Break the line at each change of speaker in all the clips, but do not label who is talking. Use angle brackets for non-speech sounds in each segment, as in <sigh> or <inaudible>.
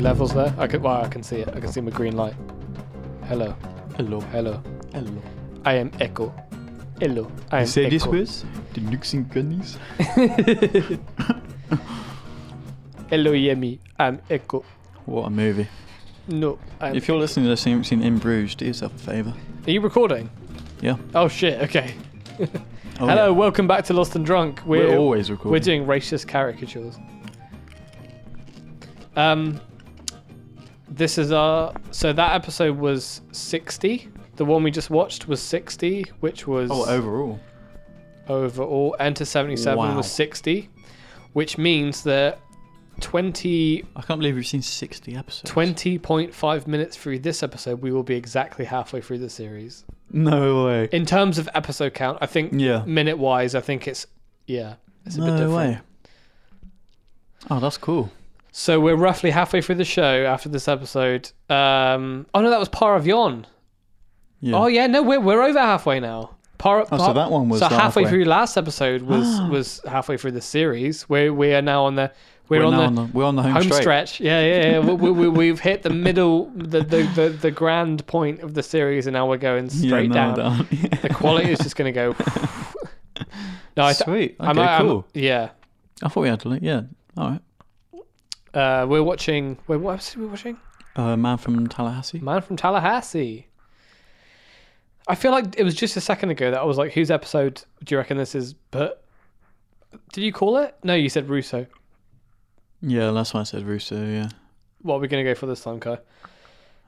levels there? I can, well, I can see it. I can see my green light. Hello.
Hello.
Hello.
Hello.
I am Echo. Hello. I am
You say this
Echo.
with the nukes and gunnies.
Hello, Yemi. I'm Echo.
What a movie.
No, I'm.
If you're listening to this and you haven't seen In Bruges, do yourself a favour.
Are you recording?
Yeah.
Oh, shit. Okay.
Oh,
Hello.
yeah.
Welcome back to Lost and Drunk.
We're,
We're,
always recording.
we're doing racist caricatures. Um, this is our. So that episode was 60. The one we just watched was 60, which was.
Oh, overall.
overall. Enter 77
Wow.
was 60, which means that 20,
I can't believe we've seen 60 episodes.
20.5 minutes through this episode, we will be exactly halfway through the series.
No way.
In terms of episode count, I think
Yeah.
minute wise, I think it's, yeah, it's a bit
No
different.
way. Oh, that's cool.
So we're roughly halfway through the show after this episode. Um, oh no, that was Paravion.
Yeah.
Oh yeah, no, we're, we're over halfway now. Par,
Oh, so
par-
that one was
so
the
halfway,
halfway.
through last episode
<gasps>
was was halfway through the series. We we are now on the we're,
we're
on,
now
the,
on the, we're on the home,
home
straight.
stretch. Yeah, yeah, yeah. we, we, we, have hit the middle, the, the, the, the grand point of the series, and now we're going straight
<laughs> yeah,
down.
no, down.
<laughs> The quality is just going to go. no, I th-
<laughs> Sweet. Okay,
I'm, I'm-
cool.
yeah.
i thought we had to, li- yeah. All right.
Uh, we're watching. Wait, what episode are we watching?
Uh, man from Tallahassee.
Man from Tallahassee. I feel like it was just a second ago that I was like, whose episode do you reckon this is? But did you call it? No, you said Russo.
Yeah, that's why I said Russo, yeah.
What are we going to go for this time, Kai?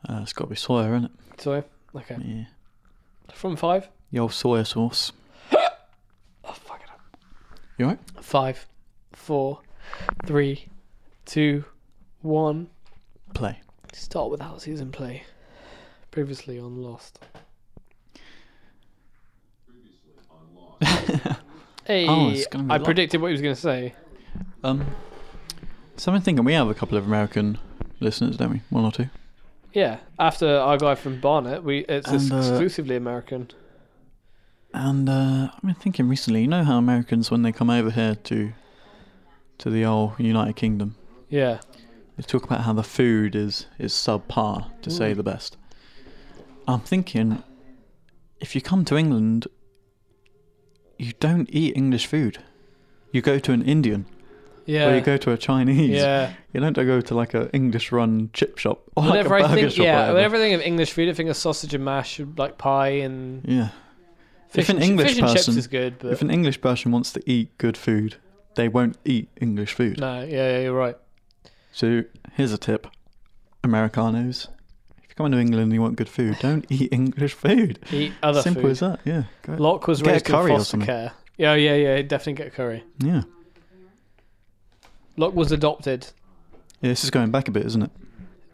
Uh, it's got to be Sawyer, isn't it?
Sorry. Okay.
Yeah.
From five?
The old Sawyer sauce.
Oh, fuck it.
You alright?
Five, four, three, two, one.
Play.
Start without season play. Previously on Lost. <laughs> Hey,
Oh, it's gonna be
I
lo-
predicted what he was going to say.
Um, so I'm thinking we have a couple of American listeners, don't we? One or two.
Yeah, after our guy from Barnet, we it's
And, uh,
exclusively American.
And uh, I've been thinking recently. You know how Americans, when they come over here to to the old United Kingdom,
Yeah,
they talk about how the food is is subpar, to say the best. I'm thinking, if you come to England, you don't eat English food. You go to an Indian,
yeah,
or you go to a Chinese.
yeah.
You don't go to like a English-run chip shop or
Whenever
like a
I
burger
think,
shop. or
yeah,
whatever.
whenever I think of English food, I think of sausage and mash, like pie and
Yeah.
fish.
If an
and, chi-
English
fish and chips
person-
is good, but
If an English person wants to eat good food, they won't eat English food.
no, yeah, yeah, you're right.
So here's a tip, Americanos. If you come into England and you want good
<laughs>
food, don't eat English food.
Eat other
Simple
food.
as that. Yeah. Go-
Locke was
Get a
raised
curry
in
or
foster
something.
care. Yeah, yeah, yeah. Definitely get curry.
yeah.
Locke was adopted.
Yeah. This is going back a bit, isn't it?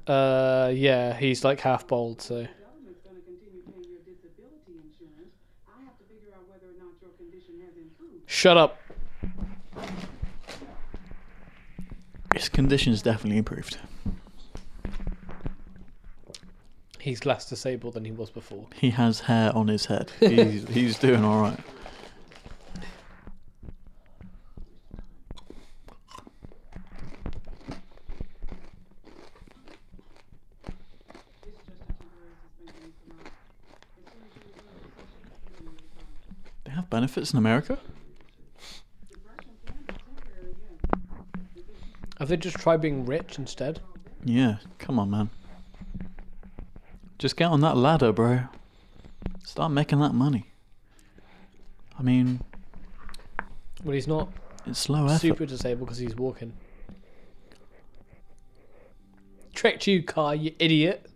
Uh, yeah, he's like half bald, so
government's going to continue paying your disability insurance, I have to figure out whether or not your condition has improved.
shut up.
His condition's definitely improved.
He's less disabled than he was before.
He has hair on
<laughs>
his head. He's he's doing all right.
This is just a temporary suspension, Mr. Mott. As soon as you resume your session, you can return.
They have benefits in America.
Depression can be temporary, yes.
Have they just tried being rich instead?
Yeah. Come on, man. Just get on that ladder, bro. Start making that money. I mean,
Well, he's not
it's low effort.
super disabled because he's walking. Tricked you, Kai, you idiot.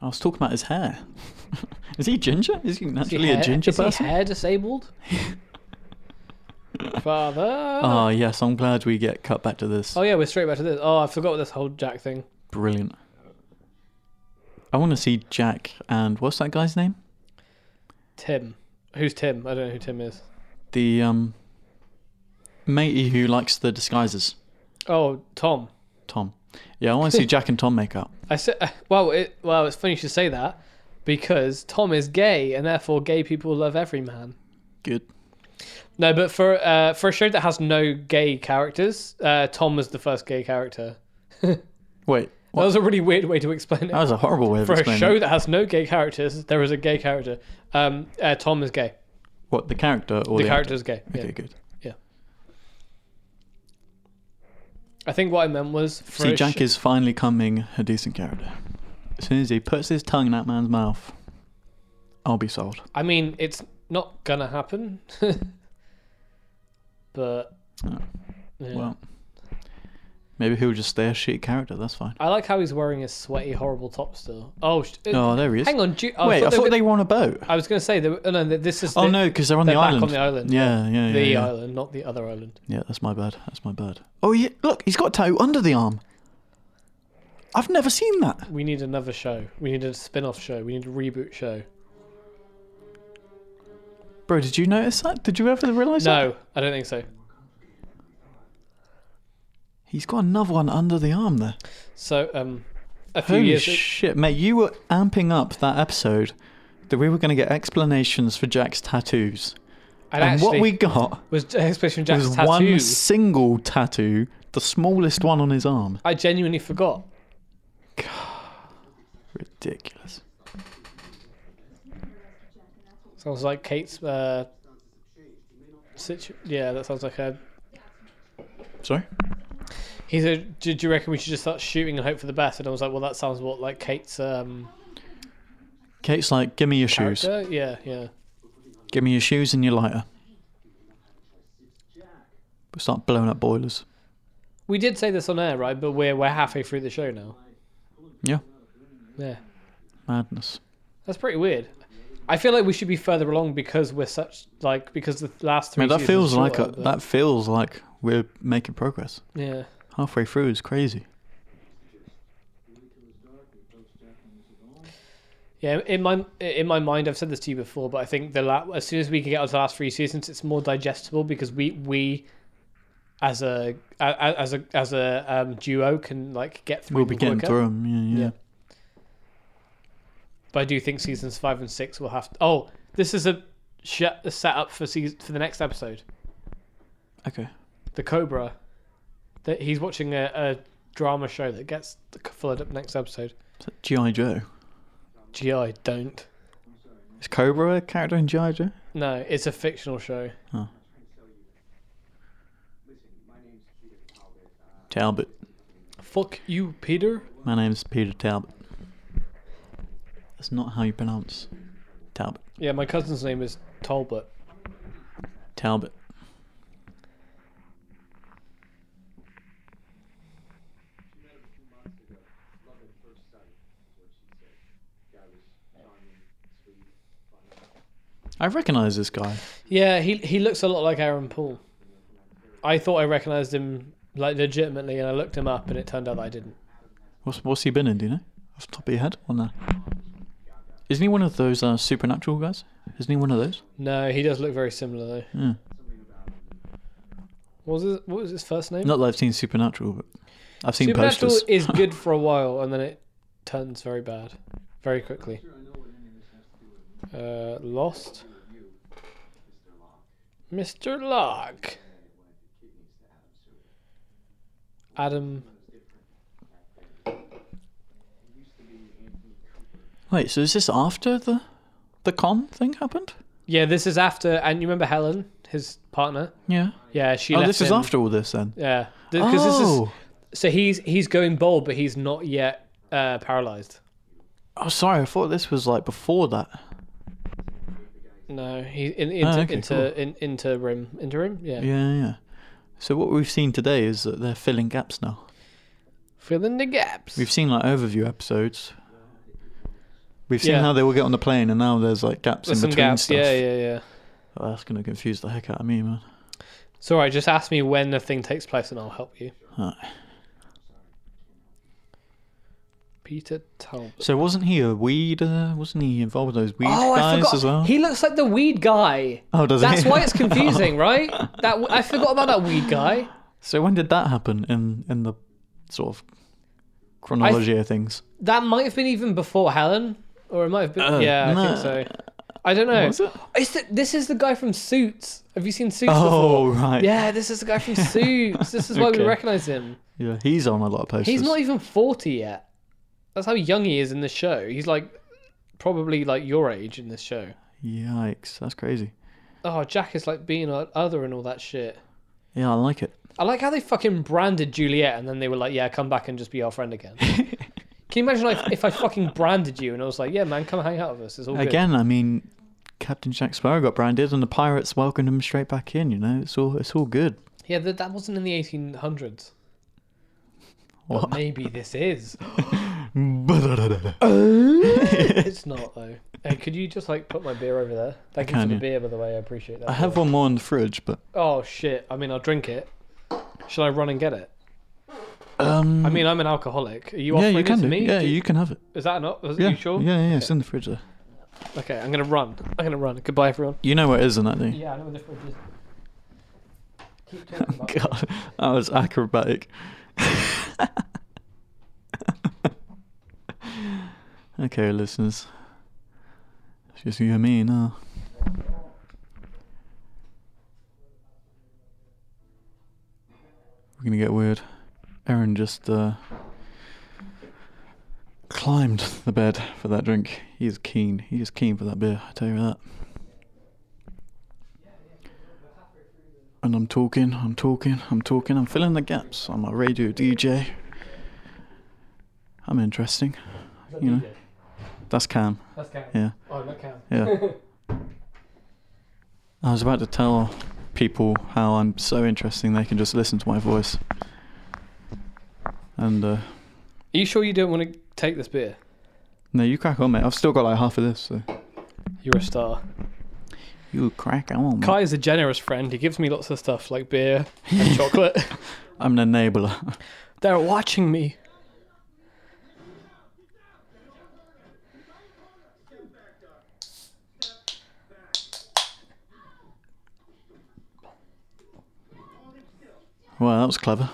I was talking about his hair. <laughs> is he ginger? Is he
Is your
naturally
hair-
a ginger
is
person?
He hair
<laughs>
disabled? Father.
Oh yes, I'm glad we get cut back to this.
oh yeah, we're straight back to this. Oh, I forgot this whole Jack thing.
Brilliant. I want to see Jack and what's that guy's name?
Tim. Who's Tim? I don't know who Tim is.
The um matey who likes the disguises,
Oh, Tom.
Tom. Yeah, I
<laughs>
want to see Jack and Tom make up.
I said, <laughs> well, it, well, it's funny you should say that because Tom is gay and therefore gay people love every man.
Good.
No, but for uh, for a show that has no gay characters, uh, Tom was the first gay character.
Wait,
That was a really weird way to explain it.
That was a horrible way of
For a
explaining
show
it.
that has no gay characters, there is a gay character. Um, uh, Tom is gay.
What the character or
The,
the,
character is gay.
Actor? Okay,
yeah.
good.
I think what I meant was for
See,
a
Jack
sh-
is finally coming a decent character. As soon as he puts his tongue in that man's mouth, I'll be sold.
I mean, it's not gonna happen, <laughs> but
Oh,
yeah.
Well, maybe he'll just stay a shit character. That's fine.
I like how he's wearing his sweaty, horrible top still. Oh, sh-
Oh, there he is.
hang on. Do you- I
Wait, I
thought they
thought
were-
they were on a boat.
I was gonna say that. Oh, no, that this is.
Oh
the-
no, because they're on the
they're back
island.
on the island.
Yeah, yeah, yeah.
The
yeah.
island, not the other island.
Yeah, that's my bad. That's my bad. Oh, yeah, look, he's got a tattoo under the arm. I've never seen that.
We need another show. We need a spin-off show. We need a reboot show.
Bro, did you notice that? Did you ever realise that?
No, I don't think so.
He's got another one under the arm there.
So, um, a few
Holy
years.
shit, mate, you were amping up that episode that we were going to get explanations for Jack's tattoos.
and
and
actually,
what we got
was Expedition Jack's
was
tattoo.
one single tattoo, the smallest one on his arm.
I genuinely forgot.
Ridiculous.
Sounds like Kate's. Uh, situ- yeah, that sounds like a.
Sorry?
He said, "Do do you reckon we should just start shooting and hope for the best?" And I was like, "Well, that sounds what like Kate's um,
Kate's like, give me your shoes.
character." Yeah, yeah.
Give me your shoes and your lighter. We'll start blowing up boilers.
We did say this on air, right? But we're we're halfway through the show now.
Yeah,
Yeah,
madness.
that's pretty weird. I feel like we should be further along because we're such like because the last
I
three.
mean, that
seasons
feels
are
like a,
shorter, but-
that feels like we're making progress.
Yeah.
Halfway through is crazy.
Yeah, in my in my mind, I've said this to you before, but I think the la- as soon as we can get onto the last three seasons, it's more digestible because we we as a a- a- as a as a um, duo can like get through.
We'll
them
be getting
quicker.
through 'em, Yeah, yeah.
Yeah. But I do think seasons five and six will have. To- oh, this is a sh- a setup for season for the next episode.
Okay.
The Cobra, that he's watching a, a drama show that gets followed up next episode.
Is that G.I. Joe.
Gee, I don't.
Is Cobra a character in G.I. Joe?
No, it's a fictional show.
Talbot.
Fuck you, Peter.
My name's Peter Talbot. That's not how you pronounce Talbot.
Yeah, my cousin's name is Talbot.
Talbot. I recognise this guy.
Yeah, he he looks a lot like Aaron Paul. I thought I recognized him like legitimately, and I looked him up, and it turned out that I didn't.
What's what's he been in? Do you know? Off the top of your head, or no? Isn't he one of those uh, supernatural guys? Isn't he one of those?
No, he does look very similar though.
Yeah.
What was his, what was his first name?
Not that I've seen Supernatural, but I've seen
Supernatural <laughs>
posters.
is good for a while, and then it turns very bad, very quickly. Uh, lost. Mr. Locke. Adam.
Wait, so is this after the the con thing happened?
Yeah, this is after, and you remember Helen, his partner.
Yeah.
Yeah, she.
oh,
left
this is
him.
after all this then.
Yeah, because this is
Oh.
so he's he's going bald, but he's not yet uh, paralyzed.
oh, sorry. I thought this was like before that.
No, he in, into
Oh, okay,
into
cool.
in, into rim into rim. Yeah.
Yeah, yeah. So what we've seen today is that they're filling gaps now.
fill in the gaps.
We've seen like overview episodes. We've seen
Yeah.
how they will get on the plane, and now there's like gaps
There's
in
some
between
gaps.
stuff.
Yeah, yeah, yeah.
Oh, that's gonna confuse the heck out of me, man.
It's all right. Just ask me when the thing takes place, and I'll help you.
Alright.
Peter Talbot.
So wasn't he a weed? Uh, wasn't he involved with those weed guys as well?
Oh, He looks like the weed guy.
oh, does
That's
he? <laughs>
why it's confusing, right? That w- I forgot about that weed guy.
So when did that happen in in the sort of chronology of
<laughs>
things?
That might have been even before Helen, or it might have been.
Uh,
yeah, I
no.
think so. I don't know.
Was it?
Is th- this is the guy from Suits. Have you seen Suits before?
Oh right. <laughs>
Yeah, this is the guy from Suits. This is why
Okay.
we recognize him.
Yeah, he's on a lot of posters.
He's not e- even 40 yet. That's how young he is in the show. He's like probably like your age in this show.
Yikes, that's crazy.
Oh, Jack is like being like other and all that shit.
Yeah, I like it.
I like how they fucking branded Juliet and then they were like, yeah, come back and just be our friend
<laughs>
again. Can you imagine like, if I fucking branded you and I was like, yeah, man, come hang out with us? It's all good.
Again, I mean, Captain Jack Sparrow got branded, and the pirates welcomed him straight back in. You know, it's all it's
<laughs>
all good. <laughs>
Yeah, that, that wasn't in the 1800s.
What?
But maybe this
<laughs>
is.
I
It's not though. Hey, could you just like put my beer over there? Thank you for
can,
the
yeah.
beer, by the way. I appreciate that.
have one more in the fridge, but
Oh shit! I mean, I'll drink it. Shall I run and get it?
um,
I mean, I'm an alcoholic. Are you
yeah,
offering
you can
it to
do.
me?
Yeah,
Do-
you can have it.
Is that not? Is
Yeah,
you sure?
yeah, yeah, it's
Okay.
in the fridge there.
Okay, I'm gonna run. I'm gonna run. Goodbye, everyone.
You know what it is in that thing.
Yeah, I know where the fridge is.
<laughs>
Keep talking about
God, <laughs> that was acrobatic. <laughs> okay, listeners. It's just you and me now. We're gonna get weird. Aaron just uh, climbed the bed for that drink. He is keen. He is keen for that beer, I tell you that. and I'm talking, I'm talking, I'm talking, I'm filling the gaps. I'm a radio DJ. I'm interesting.
Is that
you know.
DJ?
That's Cam,
That's Cam.
yeah,
Oh, not Cam. <laughs>
yeah. I was about to tell people how I'm so interesting they can just listen to my voice. And, uh,
Are you sure you don't want to take this beer?
no, you crack on, mate. I've still got like half of this, so.
You're a star.
You crack on. Mate.
Kai is a generous friend. He gives me lots of stuff like beer
<laughs>
and chocolate.
I'm an enabler. <laughs>
They're watching me.
Well, that was clever.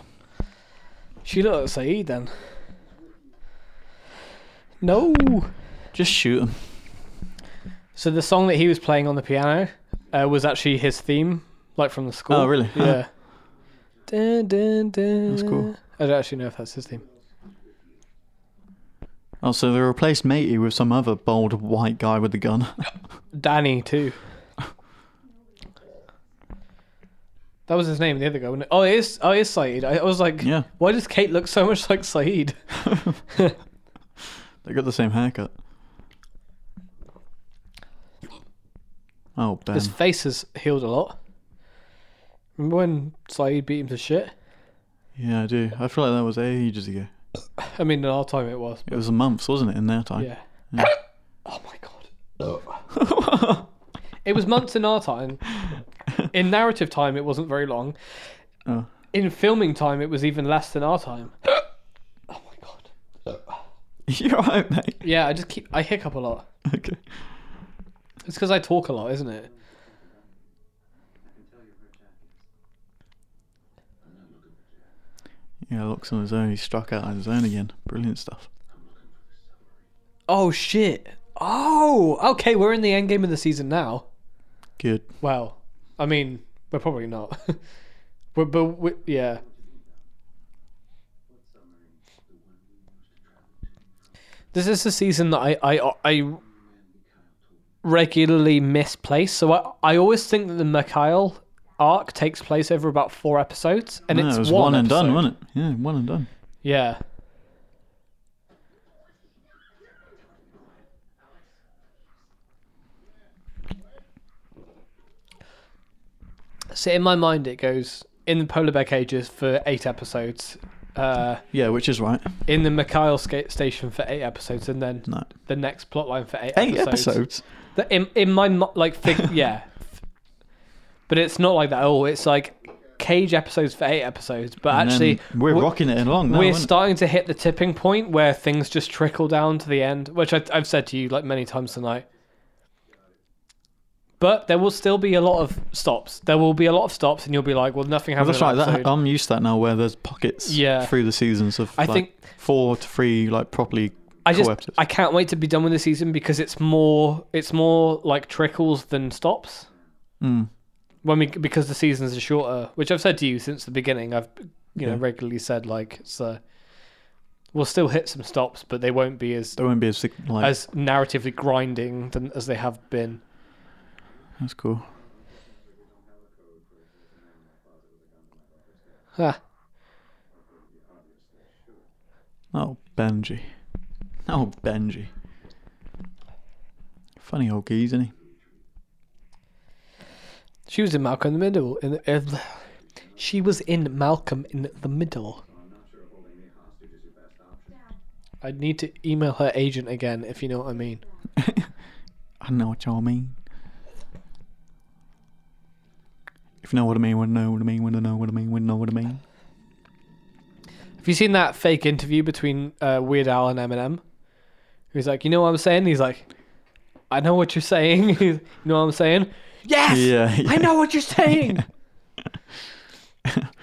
She looked at Saeed then. No.
Just shoot him.
So the song that he was playing on the piano uh, was actually his theme, like from the school.
Oh, really?
Yeah. Dun, dun, dun.
<laughs> That's cool.
I don't actually know if that's his theme.
Oh, so they replaced Matey with some other bold white guy with a gun. <laughs>
Danny too. <laughs> That was his name, the other guy. Wasn't it? Oh, it is. Oh, it is Saeed. I, I was like,
yeah,
why does Kate look so much like Saeed?
They got the same haircut. Oh, Ben.
His face has healed a lot. Remember when Saeed beat him to shit?
Yeah, I do. I feel like that was ages ago.
I mean, in our time it was.
It was a month, wasn't it, in their time?
Yeah. <coughs> oh my god. <laughs> it was months in our time. In narrative time, it wasn't very long.
Oh.
In filming time, it was even less than our time. <coughs> oh my god.
<laughs> You're right, mate.
Yeah, I just keep I hiccup a lot.
Okay.
It's because I talk a lot, isn't it?
Yeah, looks on his own. He struck out on his own again. Brilliant stuff.
Oh shit. Oh, okay. We're in the end game of the season now.
Good.
Well, I mean, we're probably not. <laughs> but but we, yeah. This is the season that I I, I regularly misplace. So I, I always think that the Mikhail arc takes place over about four episodes, and
No,
it's
it was
one,
one, and done,
episode.
wasn't it? Yeah, one and done.
Yeah. So in my mind, it goes in the polar bear cages for eight episodes, uh,
Yeah, which is right.
in the Mikhail ska- station for eight episodes, and then
No.
the next plotline for eight,
Eight
episodes.
episodes?
The- in in my mo- like fig- <laughs> yeah, but it's not like that at all. It's like cage episodes for eight episodes, but
And
actually
then we're
wh-
rocking it along now.
we're
aren't
starting to hit the tipping point where things just trickle down to the end, which I, I've said to you like many times tonight. But there will still be a lot of stops. There will be a lot of stops, and you'll be like, "Well, nothing
Well,
happened."
that's
in
right.
that
That,
episode.
I'm used to that now, where there's pockets
Yeah.
through the seasons of
I
like,
think
four to three, like properly
I
cool
just
episodes.
I can't wait to be done with the season because it's more it's more like trickles than stops.
Mm.
When we because the seasons are shorter, which I've said to you since the beginning. I've you know
Yeah.
regularly said like so we'll still hit some stops, but they won't be as
There won't be a sig- like
as narratively grinding than as they have been.
that's cool.
Huh.
Oh Benji. Oh Benji. Funny old geezer, isn't he?
She was in Malcolm in the Middle. In the, uh, she was in Malcolm in the Middle. I need to email her agent again if you know what I mean.
I know what y'all mean. If you know what I mean, when know what I mean, when I know what I mean, when know what I mean.
Have you seen that fake interview between uh, Weird Al and Eminem? He's like, you know what I'm saying? He's like, I know what you're saying. <laughs> He's, you know what I'm saying? Yes,
Yeah, yeah.
I know what you're saying.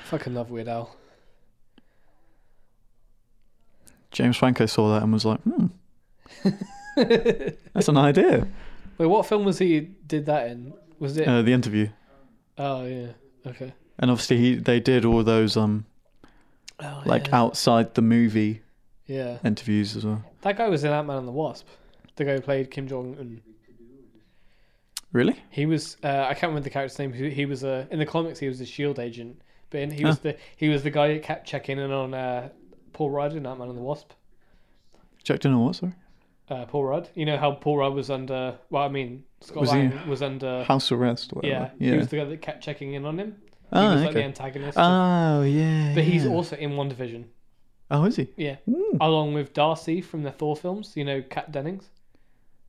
Fucking love Weird Al. <laughs>
James Franco saw that and was like, hmm. That's an idea.
Wait, what film was he did that in? Was it?
Uh, the interview.
oh yeah. Okay.
And obviously he, they did all those um
Oh,
like
yeah.
outside the movie
yeah.
interviews as well.
That guy was in Ant Man and the Wasp. The guy who played Kim Jong Un.
Really?
He was uh, I can't remember the character's name. He, he was uh, in the comics. He was a Shield agent, but in, he was the he was the guy who kept checking in on uh, Paul Rudd in Ant Man and the Wasp.
Checked in on what, sorry?
Uh, Paul Rudd. You know how Paul Rudd was under. Well, I mean Scott
Was he-
Lang was under.
House arrest or
Uh, yeah,
whatever.
he was the guy that kept checking in on him. He
oh,
was like the
okay.
antagonist. of-
oh, yeah.
but he's
yeah.
also Hmm. in One Division.
Oh, is he?
Yeah,
Ooh.
along with Darcy from the Thor films. You know, Kat Dennings.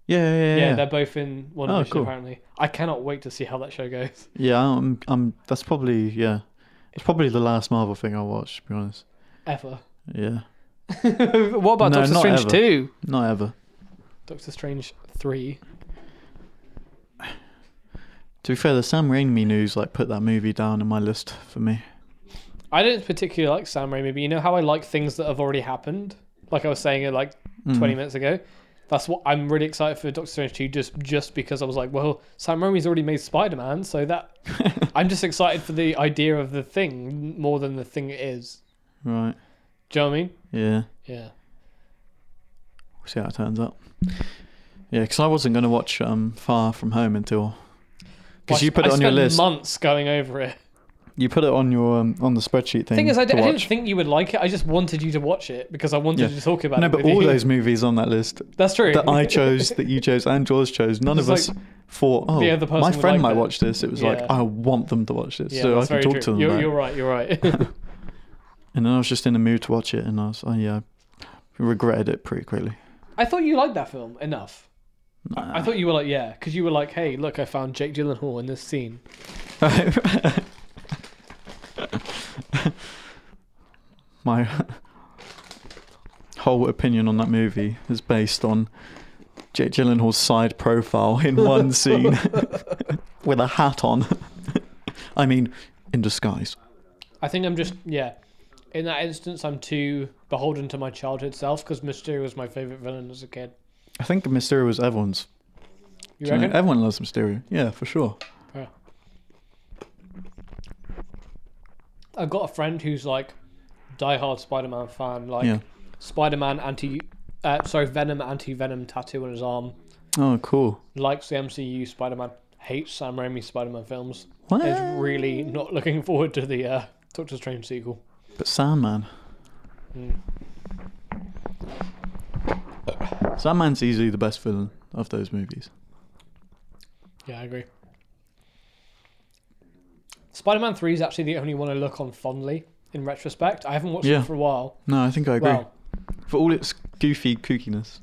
Yeah, yeah, yeah.
Yeah,
Yeah,
they're both in One
Oh,
Division
cool.
apparently. I cannot wait to see how that show goes. <laughs>
Yeah, I'm, I'm, that's probably, yeah. It's probably the last Marvel thing I'll watch, to be honest.
Ever.
Yeah.
<laughs> what about
No,
Doctor
not
Strange
ever.
2?
Not ever.
Doctor Strange 3.
To be fair, the Sam Raimi news, like, put that movie down in my list for me. <laughs>
I don't particularly like Sam Raimi, but you know how I like things that have already happened? Like I was saying it like
Hmm.
20 minutes ago. That's what I'm really excited for Doctor Strange 2 just just because I was like, well, Sam Raimi's already made Spider-Man, so that I'm just excited for the idea of the thing more than the thing it is.
Right.
Do you know what I mean?
Yeah.
Yeah.
We'll see how it turns out. Yeah, because I wasn't going to watch um, Far From Home until. Because
Well,
you put
I
it on your
spent
list.
months going over it.
You put it on your um, on the spreadsheet thing.
The thing is, I, d-
to
I didn't
watch.
think you would like it. I just wanted you to watch it because I wanted
Yeah.
to talk about
No,
it.
but
with
all
you.
those movies on that list
That's true. <laughs>
that I chose, that you chose, and Jaws chose, none of
It's
us
like
thought, oh,
the other person
my
would
friend
like
might
that."
watch this. It was
Yeah.
like, I want them to watch this so I
that's
can
very
talk
true.
to them.
You're,
about it.
you're right. You're right. <laughs>
And then I was just in a mood to watch it, and I was, oh, yeah, I regretted it pretty quickly.
I thought you liked that film enough.
Nah.
I thought you were like, yeah, because you were like, hey, look, I found Jake Gyllenhaal in this scene.
My <laughs> whole opinion on that movie is based on Jake Gyllenhaal's side profile
<laughs>
in one scene <laughs> with a hat on. <laughs> I mean, in disguise.
I think I'm just, yeah. In that instance, I'm too beholden to my childhood self because Mysterio was my favorite villain as a kid.
I think Mysterio was everyone's.
You
Do you know-
reckon?
Everyone loves Mysterio. Yeah, for sure.
I've got a friend who's like diehard Spider-Man fan, like
yeah.
Spider-Man anti, uh, sorry, Venom anti-Venom tattoo on his arm.
Oh, cool.
Likes the MCU Spider-Man, hates Sam Raimi's Spider-Man films.
What?
Is really not looking <laughs> forward to the uh, Doctor Strange sequel.
But Sandman.
Hmm.
Sandman's easily the best villain of those movies.
Yeah, I agree. Spider Man 3 is actually the only one I look on fondly in retrospect. I haven't watched
Yeah.
it for a while.
No, I think I agree.
Well,
For all its goofy kookiness.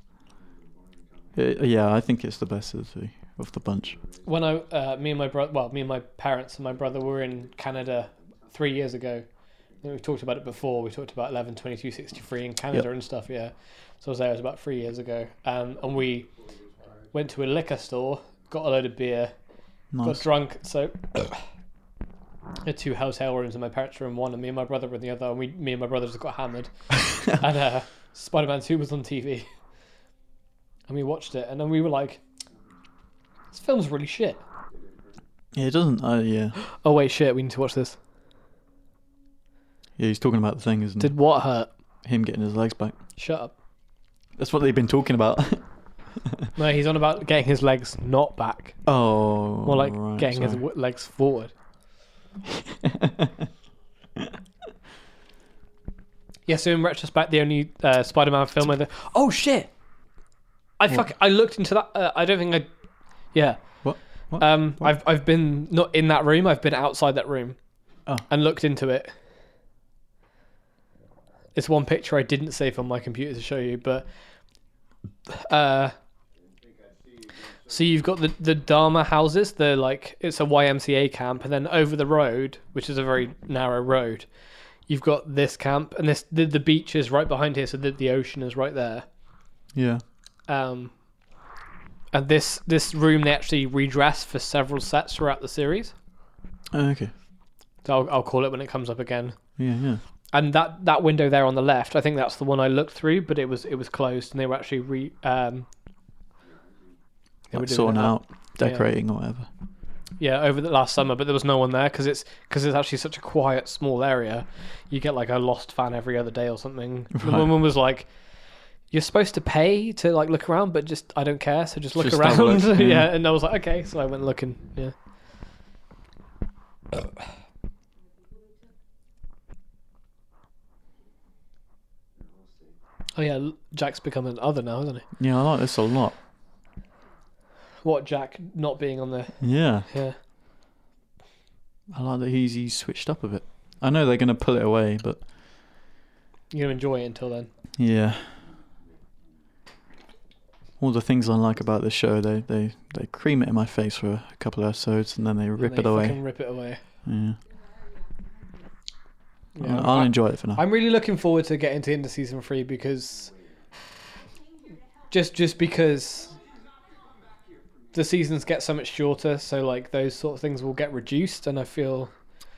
Uh, yeah, I think it's the best of the of the bunch.
when I, uh, me and my brother, well, me and my parents and my brother were in Canada three years ago. I think we talked about it before. We talked about 11, 22, 63 in Canada
Yep.
and stuff, yeah. So I was there, it was about three years ago. Um, and we went to a liquor store, got a load of beer, got
Nice.
drunk, so <coughs> had two hotel rooms, and my parents were in one, and me and my brother were in the other, and we, me and my brother just got
<laughs>
hammered. and uh, Spider Man Two was on TV, and we watched it, and then we were like, "This film's really shit."
Yeah, it doesn't. Uh, yeah,
Oh wait, shit, we need to watch this.
Yeah, he's talking about the thing, isn't
Did what hurt?
he? Him getting his legs back.
Shut up.
That's what they've been talking about. <laughs>
No, he's on about getting his legs not back,
oh.
more like
right,
getting his
sorry.
w- legs
<laughs>
forward. yeah. So in retrospect, the only uh, Spider-Man film I oh shit, I fuck. I looked into that. Uh, I don't think I. Yeah.
What? What?
Um, I've I've been not in that room. I've been outside that room,
Oh.
and looked into it. It's one picture I didn't save on my computer to show you, but uh, so you've got the the Dharma houses. They're like it's a YMCA camp, and then over the road, which is a very narrow road, you've got this camp, and this the, the beach is right behind here, so the, the ocean is right there
Yeah.
um, and this this room they actually redress for several sets throughout the series.
Oh, okay.
So I'll, I'll call it when it comes up again.
Yeah, yeah.
And that that window there on the left, I think that's the one I looked through, but it was it was closed, and they were actually re um, they were
Like
doing
sorting
it up.
out, decorating or whatever.
Yeah, over the last summer, but there was no one there because it's because it's actually such a quiet, small area. You get like a lost fan every other day or something. The
Right.
woman was like, "You're supposed to pay to like look around, but just I don't care, so just look
Just have a
around." <laughs>
look,
yeah.
yeah.
and I was like, "Okay," so I went looking. Yeah. Oh yeah, l- Jack's become an other now, isn't he?
Yeah, I like this a lot.
What Jack not being on the
Yeah.
yeah.
I like that he's, he's switched up a bit. I know they're going to pull it away, but
You're gonna enjoy it until then.
yeah. All the things I like about this show, they, they, they cream it in my face for a couple of episodes and then they rip
They
it away.
fucking Rip it away.
Yeah.
Yeah,
I'll, I'll enjoy it for now.
I'm really looking forward to getting to into season three because just just because the seasons get so much shorter, so like those sort of things will get reduced, and I feel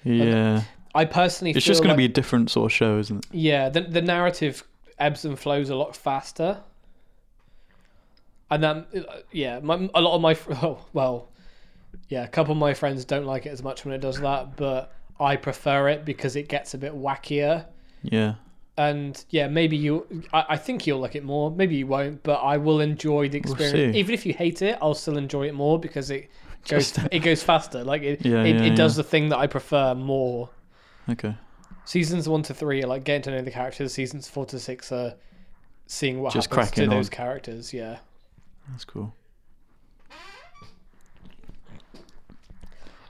yeah.
I personally
It's
feel
just going
like,
to be a different sort of show, isn't it?
yeah the the narrative ebbs and flows a lot faster, and then uh, yeah my, a lot of my <laughs> fr- oh, well yeah a couple of my friends don't like it as much when it does that, but I prefer it because it gets a bit wackier.
Yeah.
and yeah, maybe you. I, I think you'll like it more. Maybe you won't, but I will enjoy the
We'll
experience.
see.
Even if you hate it, I'll still enjoy it more because
<laughs>
it goes
Just-
it goes faster. Like it
Yeah,
it,
yeah,
it does
yeah.
the thing that I prefer more.
Okay.
Seasons one to three are like getting to know the characters. Seasons four to six are seeing what
Just
happens to
cracking
those
on.
characters. Yeah,
That's cool.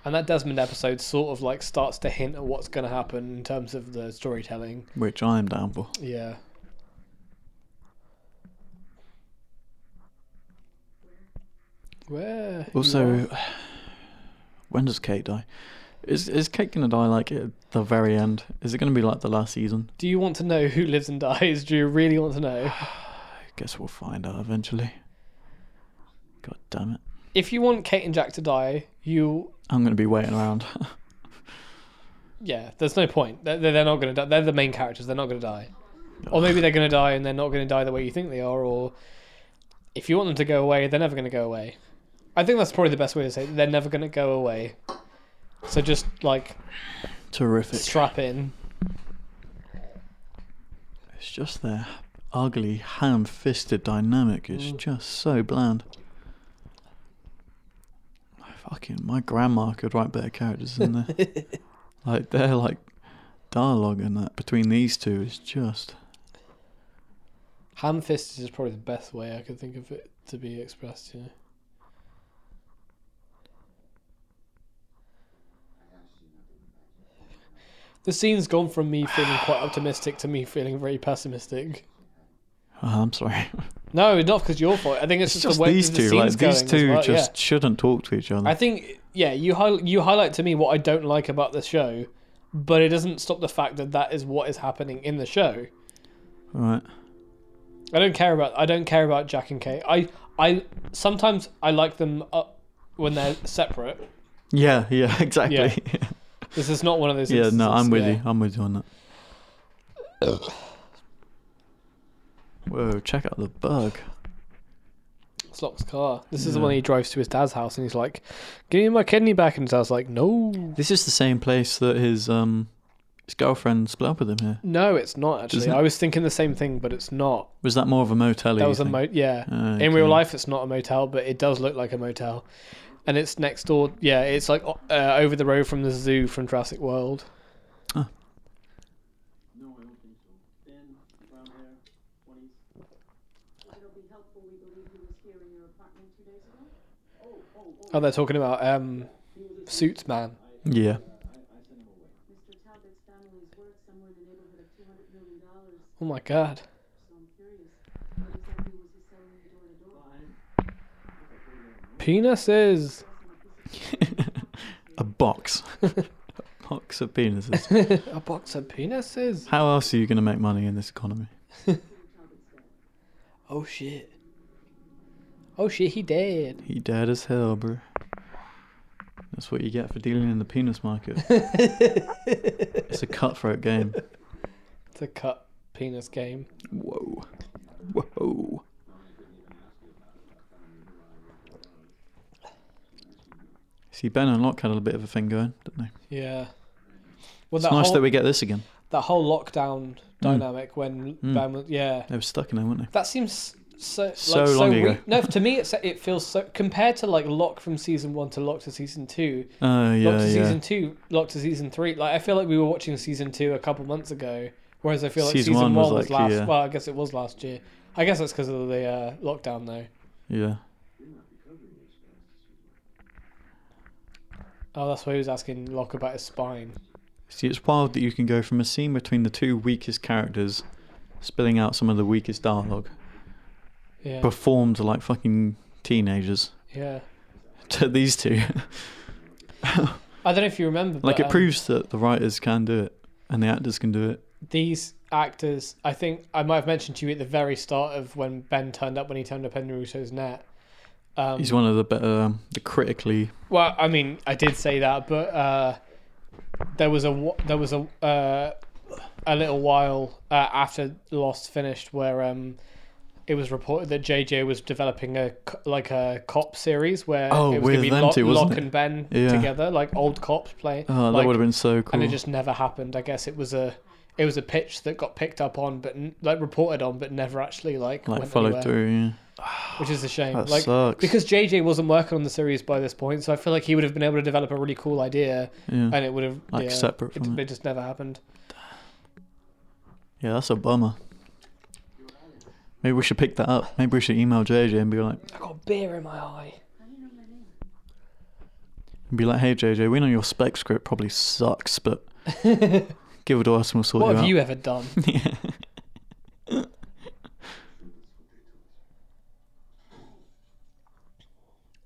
and that Desmond episode sort of like starts to hint at what's going to happen in terms of the storytelling.
Which I am down for.
Yeah. Where? you are?
Also, when does Kate die? Is is Kate gonna die like at the very end? Is it gonna be like the last season?
do you want to know who lives and dies? Do you really want to know?
I guess we'll find out eventually. God damn it!
If you want Kate and Jack to die, you
I'm gonna be waiting around. <laughs>
yeah. There's no point. They're, they're not going to die. They're the main characters. They're not going to die. Or maybe they're going to die and they're not going to die the way you think they are. Or if you want them to go away, they're never going to go away. I think that's probably the best way to say it. they're never going to go away. So just like
Terrific.
strap in.
It's just their ugly, ham-fisted dynamic is
Mm.
just so bland. I Fucking, my grandma could write better characters than there.
<laughs>
like their like dialogue and that between these two is just <laughs>
Ham fisted is probably the best way I could think of it to be expressed, you know. The scene's gone from me feeling quite optimistic to me feeling very pessimistic.
Oh, I'm sorry. <laughs>
No, not because your fault. I think it's,
It's
just
just
the way
these
that the
two. Like
scene's
these
going as
two
well,
just
yeah.
shouldn't talk to each other.
I think yeah, you hi- you highlight to me what I don't like about the show, but it doesn't stop the fact that that is what is happening in the show.
right.
I don't care about I don't care about Jack and Kate. I I sometimes I like them up when they're separate.
Yeah. Yeah. <laughs> Exactly. Yeah.
This is not one of those.
no, I'm
instances,
with
yeah.
you. I'm with you on that. Whoa! Check out the bug.
It's Locke's car. This is the
Yeah.
one he drives to his dad's house, and he's like, "Give me my kidney back," and his dad's like, "No."
This is the same place that his um his girlfriend split up with him here.
No, it's not actually.
Isn't it? Oh,
I was thinking the same thing, but it's not.
Was that more of a motel?
that was a mo. Yeah.
Ah,
In real
okay.
life, it's not a motel, but it does look like a motel, and it's next door. Yeah, it's like o- uh, over the road from the zoo from Jurassic World.
No, I don't think so. Thin, brown hair, twenties. It'll be helpful we believe he was here in your apartment two days ago. Oh, oh, oh.
Oh, they're talking about um, Suits Man.
Yeah. <laughs>
Mr. Talbot's family's worth somewhere in the neighborhood of two hundred million dollars.
Oh my god.
So I'm curious, what exactly was he selling you door to door?
Penises.
a box. <laughs> a box of
<laughs>
penises.
<laughs> A box of penises.
How else are you going to make money in this economy?
Oh shit. Oh shit, he <laughs> dead.
He dead as hell, bro. That's what you get for dealing in the
<laughs>
penis market. it's a cutthroat game.
It's a cut penis game.
Whoa. Whoa. See, Ben and Locke had a bit of a thing going, didn't they?
Yeah. Well,
It's
that,
nice
whole,
that we Hmm. get this again.
that whole lockdown dynamic when
Hmm.
Ben was, yeah.
They were stuck in there, weren't they?
That seems so
So
like,
long
so
ago.
Weak. No, to me it's it feels so compared to like Lock from season one to Lock to season two.
Oh, yeah,
Lock to
yeah.
season two, Lock to season three. Like I feel like we were watching season two a couple months ago, whereas I feel like
Season
season, one,
one was
was,
like,
last.
yeah.
Well, I guess it was last year. I guess that's because of the uh, lockdown though.
Yeah.
Oh, that's why he was asking Lock about his spine.
See, it's wild that you can go from a scene between the two weakest characters spilling out some of the weakest dialogue,
Yeah,
performed like fucking teenagers, <laughs>
yeah.
to these two. <laughs>
I don't know if you remember,
like,
but,
it
um,
proves that the writers can do it and the actors can do it.
these actors, I think I might have mentioned to you at the very start of when Ben turned up when he turned up in Russo's net. Um,
He's one of the better, um, the critically.
well, I mean, I did say that, but uh, there was a wa- there was a uh, a little while uh, after Lost finished where um, it was reported that JJ was developing a co- like a cop series where
Oh,
it was
with
gonna be
them
Lock,
two, wasn't
Locke
it?
and Ben
Yeah.
together, like old cops playing.
Oh, that
like,
would have been so cool.
and it just never happened. I guess it was a it was a pitch that got picked up on, but n- like reported on, but never actually like,
like,
went
follow
anywhere,
through, yeah.
which is a shame.
That
like
sucks.
because JJ wasn't working on the series by this point, so I feel like he would have been able to develop a really cool idea,
Yeah.
and it would have
Like,
yeah,
separate
It,
from it.
it just never happened.
yeah, that's a bummer. Maybe we should pick that up. Maybe we should email JJ and be like,
I got beer in my eye.
and be like, hey JJ, we know your spec script probably
<laughs>
sucks, but give it to us and we'll sort
What have
you out.
you ever done? <laughs>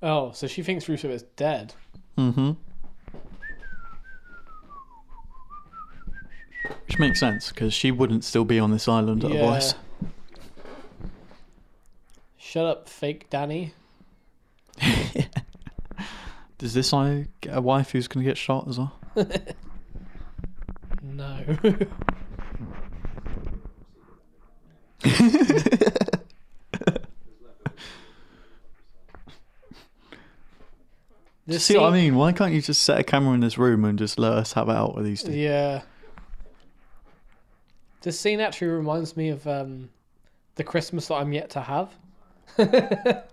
oh, so she thinks Russo is dead.
Mm-hmm. Which makes sense because she wouldn't still be on this island otherwise.
Shut up, fake Danny.
Does this I get a wife who's gonna get shot
<laughs>
as well?
No. <laughs>
You
This
see what I
scene-
mean? Why can't you just set a camera in this room and just let us have it out with these two?
Yeah. This scene actually reminds me of um, the Christmas that I'm yet to have. <laughs>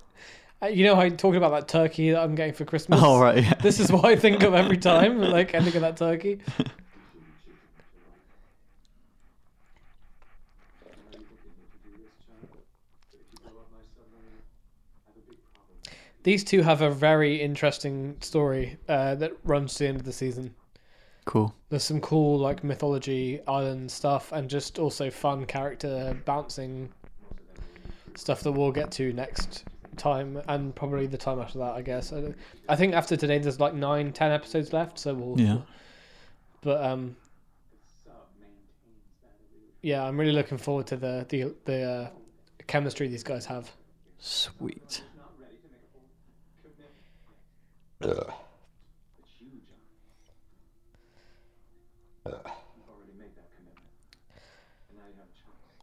Uh, you know, I talked about that turkey that I'm getting for
<laughs>
Christmas.
Oh right, yeah.
<laughs> This is what I think of every time, <laughs> like I think of that turkey. These two have a very interesting story uh, that runs to the end of the season
cool.
there's some cool like mythology island stuff and just also fun character bouncing stuff that we'll get to next time and probably the time after that i guess i, I think after today there's like nine ten episodes left so we'll
Yeah.
but um yeah i'm really looking forward to the the, the uh, chemistry these guys have
Sweet.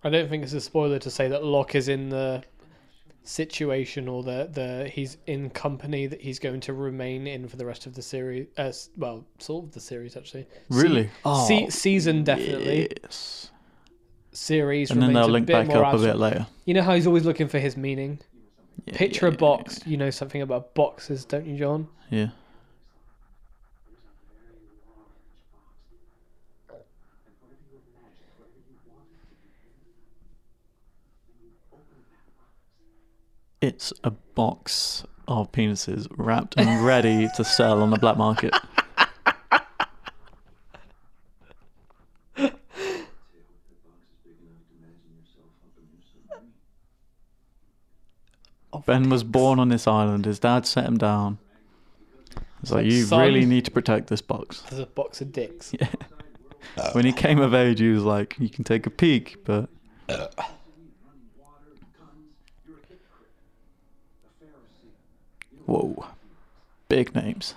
i don't think it's a spoiler to say that locke is in the situation or the the he's in company that he's going to remain in for the rest of the series. Uh, s- well, sort of the series actually. Se-
Really?
se- Oh. season definitely.
Yes.
Series
And then
remains
they'll link
a bit
back
more
up a bit
abstract.
later.
You know how he's always looking for his meaning.
Yeah,
Picture
yeah,
a box. You know something about boxes, don't you, John?
Yeah. yeah. It's a box of penises wrapped
<laughs>
and ready to sell on the black market. Ben was born on this island. His dad set him down. It's like,
like,
you
"Son."
really need to protect this box.
There's a box of dicks.
Yeah. When he came of age, he was like, you can take a peek, but whoa, big names.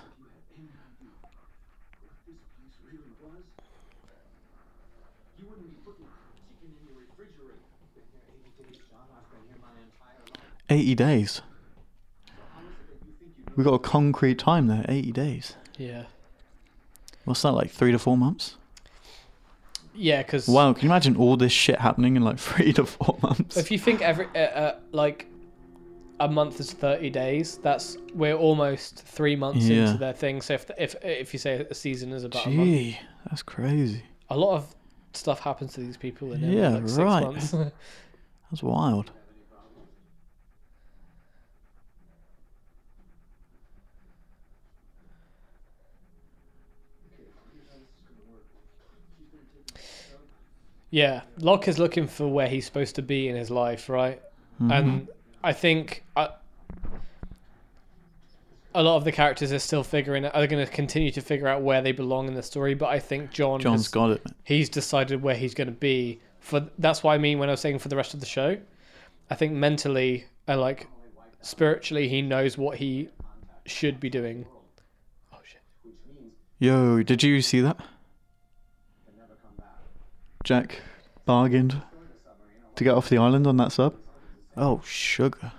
Eighty days. We got a concrete time there. Eighty days.
Yeah.
What's that like? Three to four months.
Yeah, because
Wow, can you imagine all this shit happening in like <laughs> three to four months?
if you think every uh, uh, like a month is 30 days, that's we're almost three months
Yeah.
into their thing. So if if if you say a season is about a month,
Gee, that's crazy.
a lot of stuff happens to these people in every,
Yeah,
like six
right.
months. <laughs>
That's wild.
yeah, Locke is looking for where he's supposed to be in his life, right?
Mm-hmm.
And I think uh, a lot of the characters are still figuring out, are going to continue to figure out where they belong in the story. But I think John
John's
has-
got it.
he's decided where he's going to be for that's why i mean when i was saying for the rest of the show i think mentally and like spiritually he knows what he should be doing oh shit
Yo, did you see that? Jack bargained to get off the island on that sub. Oh, sugar.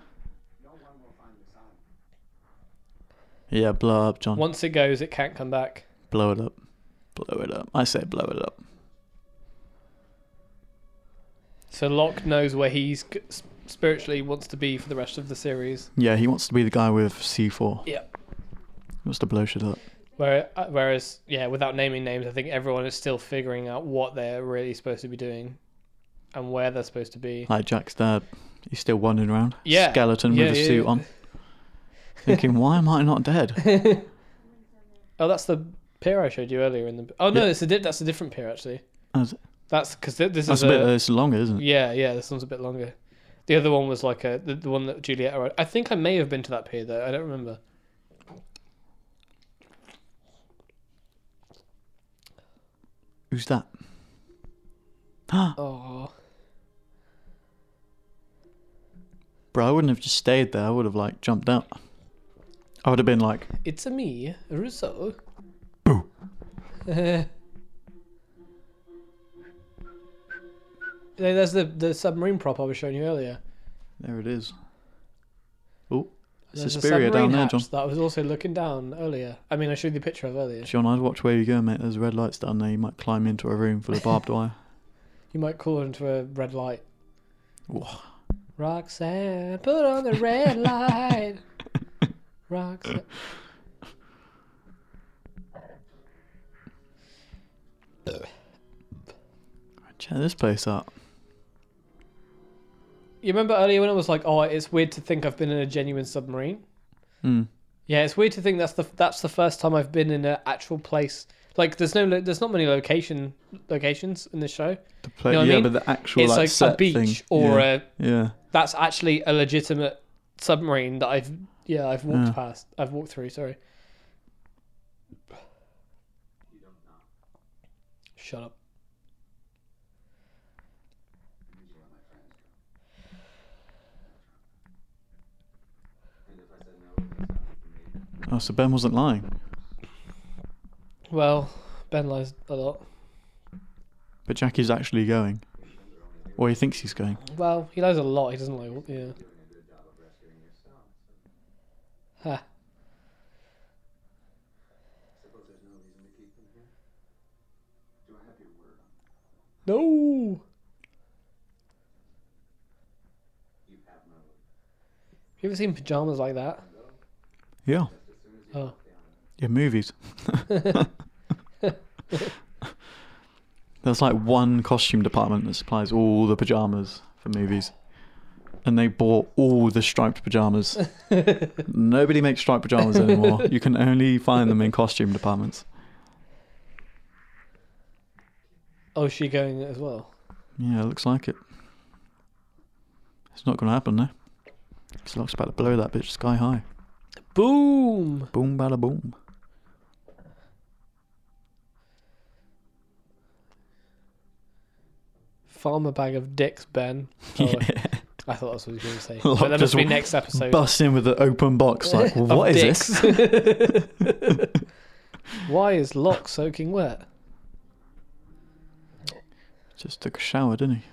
Yeah, blow up, John.
once it goes it can't come back
Blow it up. Blow it up. I say blow it up.
so locke knows where he's g- s- spiritually wants to be for the rest of the series
Yeah, he wants to be the guy with C4. He
yeah
wants to blow shit up.
Where, uh, whereas yeah without naming names i think everyone is still figuring out what they're really supposed to be doing and where they're supposed to be
Like Jack's dad, he's still wandering around.
Yeah.
Skeleton
Yeah,
with a
yeah,
suit
yeah.
on. Thinking, why am I
<laughs>
not dead?
oh that's the pier i showed you earlier in the oh no
Yeah.
it's a di- that's a different pier actually
That's,
That's because this
that's
is
a bit uh,
a,
it's longer, isn't it?
yeah, yeah. This one's a bit longer. The other one was like a the, the one that Juliet. wrote. I think I may have been to that pier though. I don't remember.
Who's that?
Oh,
Bro, I wouldn't have just stayed there. I would have, like, jumped out. I would have been like,
it's a me, Russo. <laughs>
Boo.
no, there's the the submarine prop I was showing you earlier.
there it is. Oh, it's
There's a
Suspiria down
submarine
there,
hatch
John.
That I was also looking down earlier. I mean, I showed you the picture of earlier.
John, I'd watch where you go, mate. There's red lights down there. You might climb into a room full of
<laughs>
barbed wire.
You might call into a red light.
Ooh.
Roxanne, put on the red
<laughs>
light. Roxanne.
Check this place out.
You remember earlier when I was like, "Oh, it's weird to think I've been in a genuine submarine."
Hmm.
Yeah, it's weird to think that's the that's the first time I've been in an actual place. Like, there's no lo- there's not many location locations in this show.
The pla-
You know what I
yeah,
mean?
but the actual,
it's
like,
like,
set
a beach
thing.
or
yeah.
a
Yeah.
that's actually a legitimate submarine that I've yeah I've walked
Yeah.
past. I've walked through. Sorry. Shut up.
Oh, so Ben wasn't lying.
Well, Ben lies a lot.
But Jackie's actually going. Or he thinks he's going.
Well, he lies a lot. He doesn't lie. Yeah. Huh.
Suppose there's no reason to keep them here. Do I have your word on that?
No.
You have my word.
You ever seen pajamas like that?
Yeah.
Just as soon as you
Oh.
lock down and
Yeah, movies. <laughs> There's like one costume department that supplies all the pajamas for movies. And they bought all the striped pajamas. <laughs> Nobody makes striped pajamas anymore. You can only find them in costume departments.
Oh, is she going as well?
Yeah, it looks like it. It's not going to happen, though. Slock's about to blow that bitch sky high.
Boom.
Boom, bada boom.
Farmer bag of dicks, Ben.
<laughs>
Oh, I thought that's what you were going to say. But
Look,
that must
just
be
w-
next episode.
Bust in with the open box, like,
<laughs> of
what is this?
dicks. <laughs> Why is Locke soaking wet?
Just took a shower, didn't he?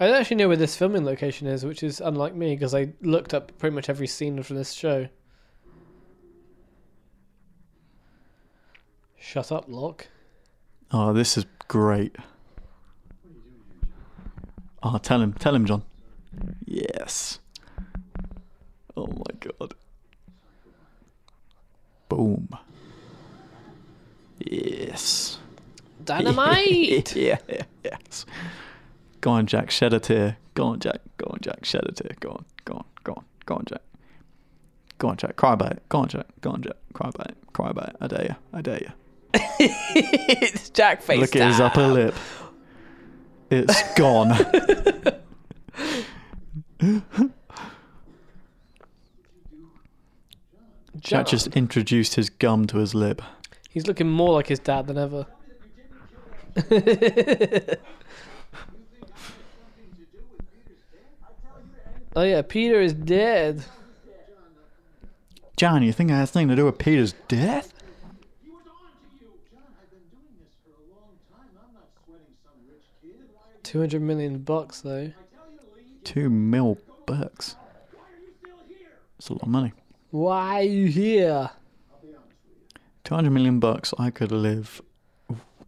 I don't actually know where this filming location is, which is unlike me because I looked up pretty much every scene from this show. Shut up, Locke.
Oh, this is great. Oh, tell him, tell him, John. Yes. Oh my god. Boom. Yes. <laughs>
Dynamite!
yeah, yes. Go on, Jack, shed a tear. Go on, Jack. Go on, Jack, shed a tear. Go on, go on, go on, go on, Jack. Go on, Jack. Cry about it. Go on, Jack. Go on, Jack. Cry about it. Cry about it. I dare you. I dare you.
<laughs> it's Jack face.
Look at his upper lip.
<laughs>
It's gone. Jack just introduced his gum to his lip.
He's looking more like his dad than ever. <laughs> oh yeah, Peter is dead.
John, you think I had something to do with Peter's death?
He was on to you! John, I've been doing this for a long time. I'm not sweating some rich kid. Why are you
Two hundred million bucks though.
Two mil bucks.
why are you still here?
It's a lot of money.
Why are you here?
I'll be honest with you.
200 million bucks, I could live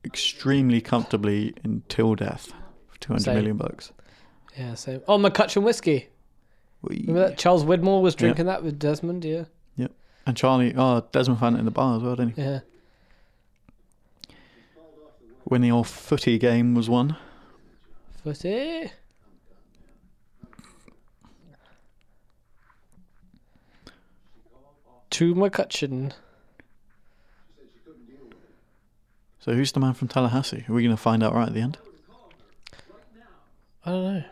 extremely comfortably until death. For two hundred
Same.
million bucks.
Yeah, so oh McCutcheon whiskey.
Wee.
Remember that Charles Widmore was drinking that with Desmond, yeah,
Yep. And Charlie, oh, Desmond found it in the bar as well, didn't he?
yeah.
When the old footy game was won.
Footy. To McCutcheon.
So who's the man from Tallahassee? Are we going to find out right at the end? <laughs>
I don't know.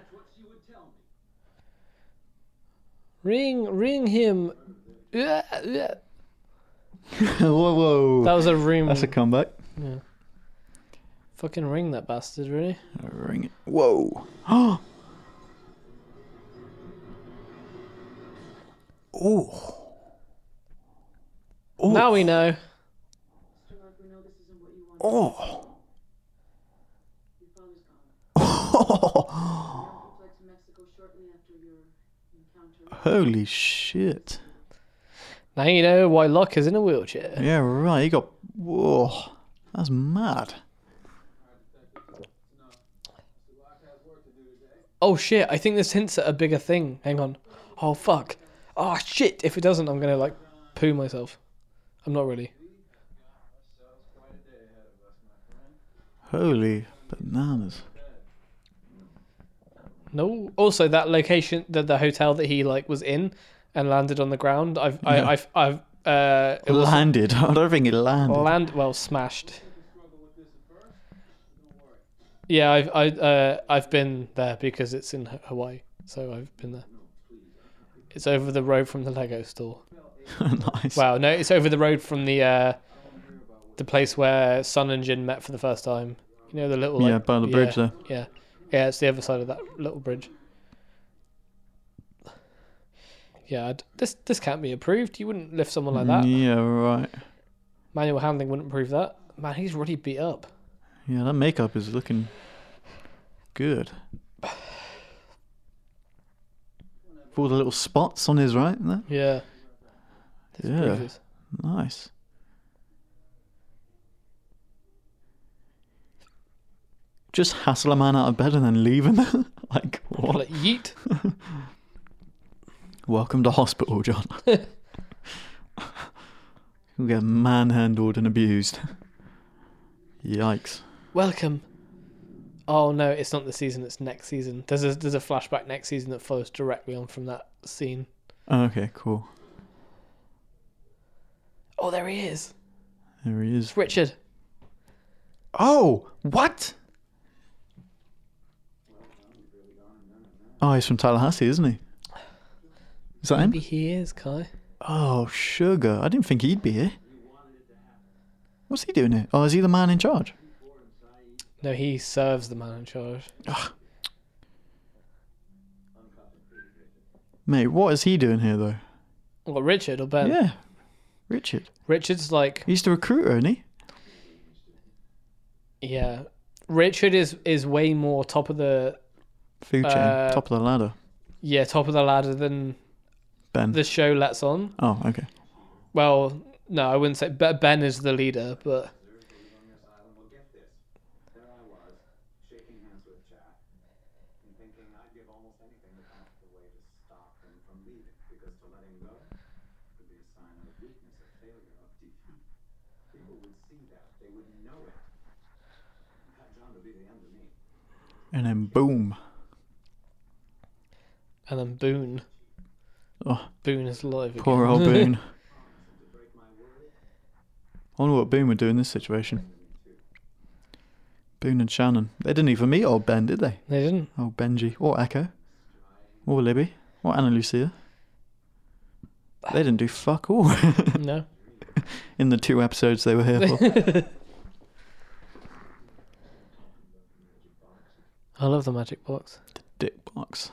Ring, ring him. Yeah, yeah.
whoa, whoa.
That was a ring.
That's a comeback.
Fucking ring that bastard, really.
Ring it. Whoa. <gasps> oh. Oh.
Now we know.
Mr. Lark, we know this isn't what you want.
Oh.
Your father's gone. He fled to Mexico shortly after your encounter.
<laughs> Holy shit.
Now you know why Locke is in a wheelchair.
Yeah, right. He got. Whoa. That's mad.
Oh shit, I think this hints at a bigger thing. Hang on. Oh fuck. Oh shit, if it doesn't, I'm gonna like poo myself. I'm not really.
Holy bananas.
No. Also, that location, the, the hotel that he like was in and landed on the ground, I've, I,
Yeah.
I've, I've, uh, it was
landed. <laughs> I don't think it landed.
land, well, smashed. Yeah, I've, I, uh, I've been there because it's in Ha- Hawaii, so I've been there. It's over the road from the Lego store.
<laughs> nice.
Wow, no, it's over the road from the uh, the place where Sun and Jin met for the first time. You know the little like,
yeah, by the bridge
yeah,
there.
Yeah, yeah, it's the other side of that little bridge. Yeah, I'd- this this can't be approved. You wouldn't lift someone like that.
Yeah, right.
Manual handling wouldn't approve that. Man, he's really beat up.
Yeah, that makeup is looking good. All the little spots on his right, and that.
Yeah.
Yeah.
bruises.
Nice. Just hassle a man out of bed and then leave him. <laughs> like, <laughs> what?
Like, yeet.
Welcome to hospital, John. <laughs> you get manhandled and abused. Yikes.
Welcome. Oh no, it's not the season. It's next season. There's a there's a flashback next season that follows directly on from that scene.
Okay, cool.
Oh, there he is,
There he is.
Richard.
Oh, what? Oh, he's from Tallahassee, isn't he? Is that
Maybe
him?
he is Kai.
Oh, sugar. I didn't think he'd be here. What's he doing here? Oh, is he the man in charge?
No, he serves the man in charge.
Mate, what is he doing here, though?
Well, Richard or Ben?
yeah. Richard.
Richard's like
He's the recruiter, isn't he?
yeah. Richard is is way more top of the
Food chain,
Uh,
top of the ladder.
yeah top of the ladder than
Ben.
the show lets on.
oh, okay.
Well, no, I wouldn't say Be- Ben is the leader, but
on this island will get this. There I was, shaking hands with Jack, and thinking I'd give almost anything to find a way to stop him from leaving, because to let him go would be a sign of weakness, a failure, of defeat. People would see that, they would know it. And That John would be the end of me.
And then boom.
and then Boone.
Oh.
Boone is alive. Again.
Poor
<laughs>
old Boone. I wonder what Boone would do in this situation. Boone and Shannon. They didn't even meet old Ben, did they?
they didn't.
Old Oh, Benji. Or Echo. Or Libby. Or Anna Lucia. They didn't do fuck all <laughs>
No.
in the two episodes they were here for.
<laughs> I love the magic box.
Dick box.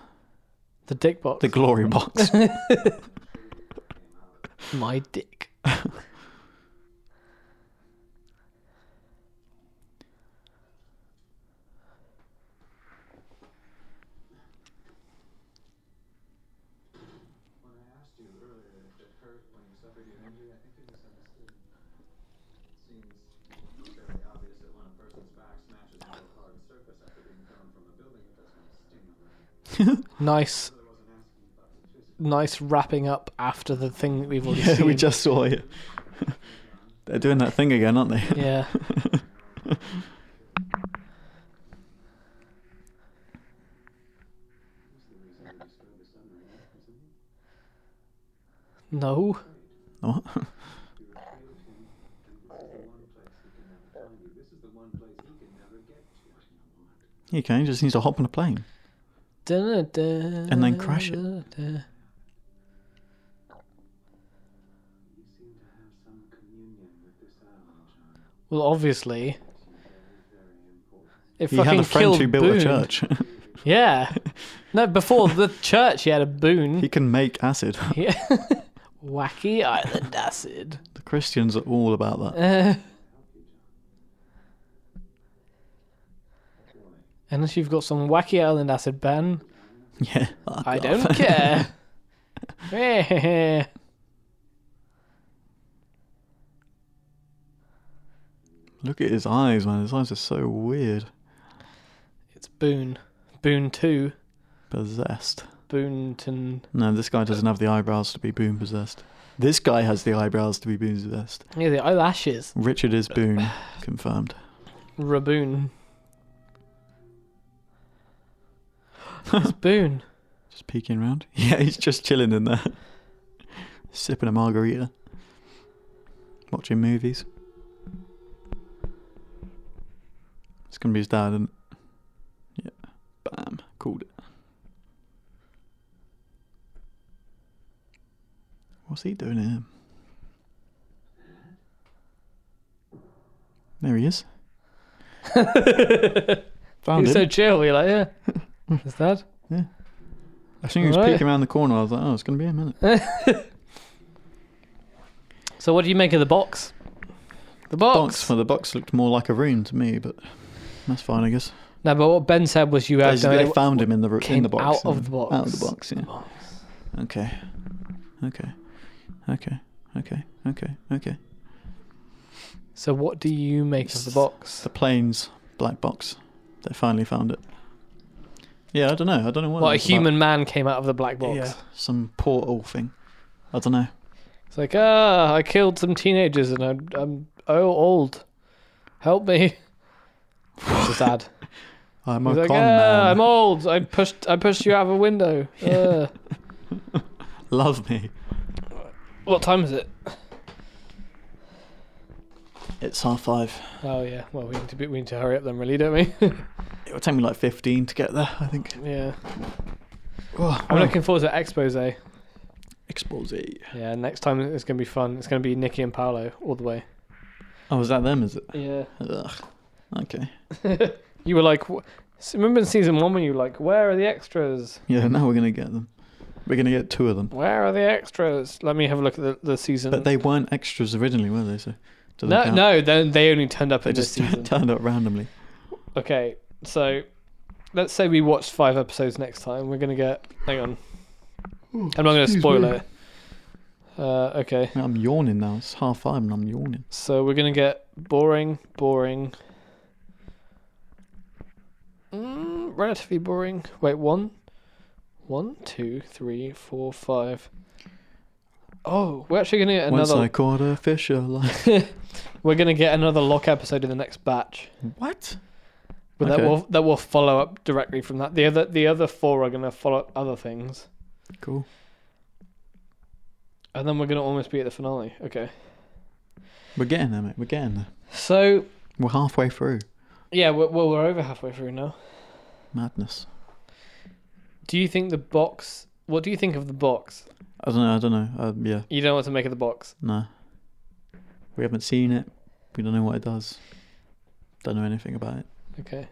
The dick box.
The glory box.
My dick.
When I asked you earlier if it hurt when you suffered your injury, I think you misunderstood. Seems fairly obvious that when a person's back smashes into a hard surface after being thrown from a building, it doesn't sting on the
Nice,
I wasn't asking about the physical.
nice wrapping up after the thing that we've already
<laughs> yeah,
seen.
we just saw it. <laughs> They're doing that thing again, aren't they?
Yeah. No.
<laughs> What?
This is the one place he can never get to.
He can, he just needs to hop on a plane.
And
then crash it.
You seem to have some communion with this island, John.
Well, obviously,
Very important.
it
He
fucking
had a friend
killed
who built
Boone.
a church.
<laughs>
<laughs>
Yeah. No, before the church, he had a boon.
he can make acid.
<laughs>
<laughs>
Yeah. Wacky Island acid. <laughs>
The Christians are all about that.
Uh, unless you've got some wacky island acid, Ben.
Yeah.
I
<laughs>
don't care. <laughs> Eh,
Look at his eyes, man. His eyes are so weird.
it's Boone. Boone 2.
Possessed.
Boonton.
No, this guy doesn't have the eyebrows to be boon possessed. This guy has the eyebrows to be boon possessed.
Yeah, the eyelashes.
Richard is boon. Confirmed. <laughs>
Raboon. it's Boone.
Just peeking around. <laughs> Yeah, he's just chilling in there. <laughs> Sipping a margarita. Watching movies. It's gonna be his dad and Yeah. Bam. Called it. What's he doing here? There he is. Found
He's
him.
so chill. You're like, yeah.
<laughs>
Is that?
I think he was
Right.
peeking around the corner. I was like, oh, it's gonna be a minute.
So, what do you make of the box? The box.
box. Well, the box looked more like a room to me, but That's fine, I guess.
No, but what Ben said was you
They,
have no
they
idea-
found him in the in
came
the box.
out of
and-
the box.
Out of the box. Yeah. Okay. Okay. Okay. Okay. Okay. Okay.
So what do you make of the box?
The plane's black box. They finally found it. Yeah, I don't know. I don't know what.
Well,
that
a
was
human man came out of the black
about.
box.
Yeah, some portal thing. I don't know.
It's like, ah, I killed some teenagers and I'm, I'm oh old. Help me. It's his
<laughs>
dad.
I'm
He's
a
like,
con
ah,
man.
I'm old. I pushed I pushed you out of a
<laughs>
window. Uh,
Love me.
what time is it?
It's half five.
Oh yeah. Well, we need to be, we need to hurry up then, really, don't
<laughs>
we?
It would take me like 15 to get there, I think.
yeah.
Oh,
I'm looking forward to expose. Yeah,
Expose.
next time it's gonna be fun. It's gonna be Nikki and Paolo all the way.
Oh, is that them? Is it?
Yeah.
Ugh. Okay.
You were like, wh- s- remember in season one when you were like, where are the extras?
Yeah. Now we're gonna get them. We're gonna get two of them.
Where are the extras? Let me have a look at the, the season.
But they weren't extras originally, were they? So. do they
no,
count?
no, they, they only turned up
They
in this
just
season.
<laughs> turned up randomly.
okay, so let's say we watch five episodes next time. We're gonna get. Hang on, I'm not gonna
excuse
spoil
me.
it. Uh, okay,
I'm yawning now. It's half five and I'm yawning.
so we're gonna get boring, boring, mm, relatively boring. Wait, one, one, two, three, four, five. Oh, we're actually gonna get
Once
another.
I caught a fish alive.
We're gonna get another lock episode in the next batch.
<laughs> what?
But that
Okay.
will that will follow up directly from that. The other the other four are gonna follow up other things,
Cool.
and then we're gonna almost be at the finale. Okay.
We're getting there, mate. We're getting there.
So
We're halfway through.
yeah, we're, well we're over halfway through now.
Madness.
Do you think the box? What do you think of the box?
I don't know. I don't know. Uh, yeah.
You don't know what to make of the box.
No. We haven't seen it. We don't know what it does. Don't know anything about it.
Okay.